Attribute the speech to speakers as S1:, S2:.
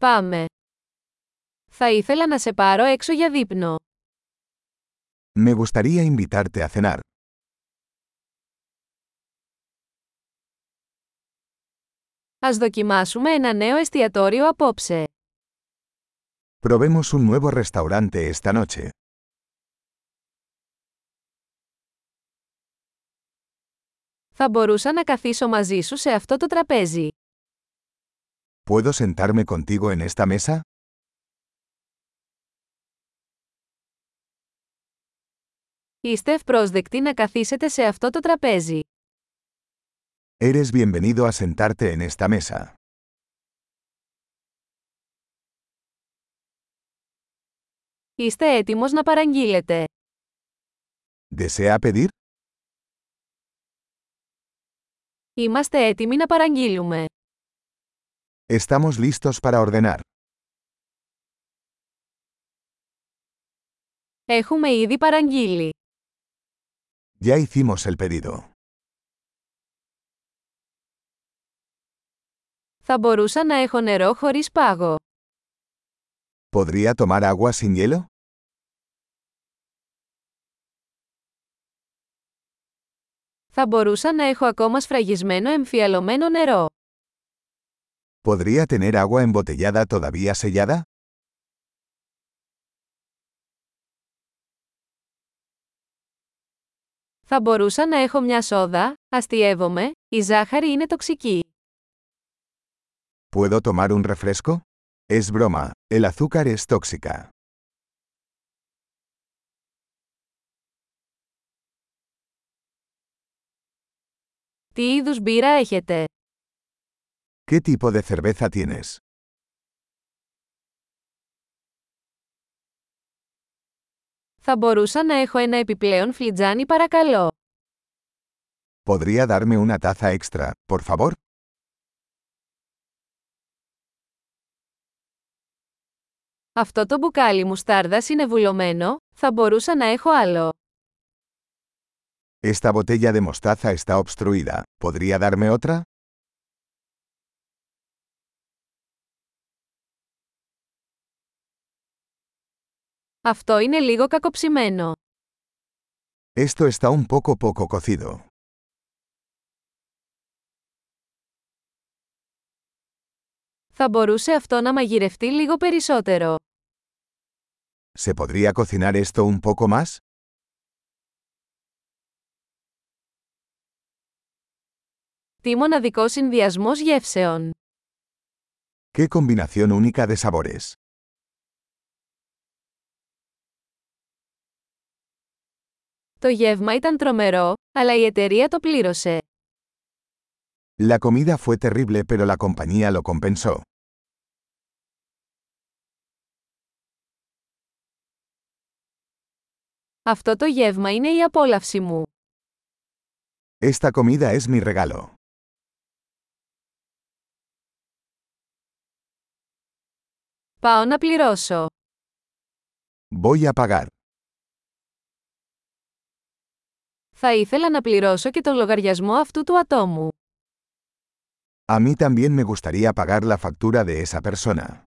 S1: Πάμε. Θα ήθελα να σε πάρω έξω για δείπνο.
S2: Me gustaría invitarte a cenar.
S1: Ας δοκιμάσουμε ένα νέο εστιατόριο απόψε.
S2: Probemos un nuevo restaurante esta noche.
S1: Θα μπορούσα να καθίσω μαζί σου σε αυτό το τραπέζι.
S2: ¿Puedo sentarme contigo en esta mesa?
S1: Είστε ευπρόσδεκτοι να καθίσετε σε αυτό το τραπέζι.
S2: Eres bienvenido a sentarte en esta mesa.
S1: Είστε έτοιμος να παραγγείλετε.
S2: ¿Desea pedir?
S1: Είμαστε έτοιμοι να παραγγείλουμε.
S2: Estamos listos para ordenar.
S1: Έχουμε ήδη παραγγείλει.
S2: Ya hicimos el pedido.
S1: Θα μπορούσα να έχω νερό χωρίς πάγο.
S2: ¿Podría tomar agua sin hielo?
S1: Θα μπορούσα να έχω ακόμα σφραγισμένο εμφιαλωμένο νερό.
S2: ¿Podría tener agua embotellada todavía sellada?
S1: Θα μπορούσα να έχω μια σόδα, αστειεύομαι, η ζάχαρη είναι τοξική.
S2: ¿Puedo tomar un refresco? Es broma, el azúcar es tóxica.
S1: Τι είδους μπύρα έχετε?
S2: ¿Qué tipo de cerveza tienes?
S1: Θα μπορούσα να έχω ένα επιπλέον φλιτζάνι παρακαλώ.
S2: ¿Podría darme una taza extra, por favor?
S1: Αυτό το μπουκάλι μουστάρδας είναι βουλωμένο, θα μπορούσα να έχω άλλο.
S2: Esta botella de mostaza está obstruida. ¿Podría darme otra?
S1: Αυτό είναι λίγο κακοψημένο.
S2: Esto está un poco poco cocido.
S1: Θα μπορούσε αυτό να μαγειρευτεί λίγο περισσότερο.
S2: ¿Se podría cocinar esto un poco más?
S1: Τι μοναδικό συνδυασμός γεύσεων.
S2: ¿Qué combinación única de sabores?
S1: Το γεύμα ήταν τρομερό, αλλά η εταιρεία το πλήρωσε.
S2: La comida fue terrible pero la compañía lo compensó.
S1: Αυτό το γεύμα είναι η απόλαυση μου.
S2: Esta comida es mi regalo.
S1: Πάω να πληρώσω.
S2: Voy a pagar.
S1: Θα ήθελα να πληρώσω και τον λογαριασμό αυτού του ατόμου.
S2: A mí también me gustaría pagar la factura de esa persona.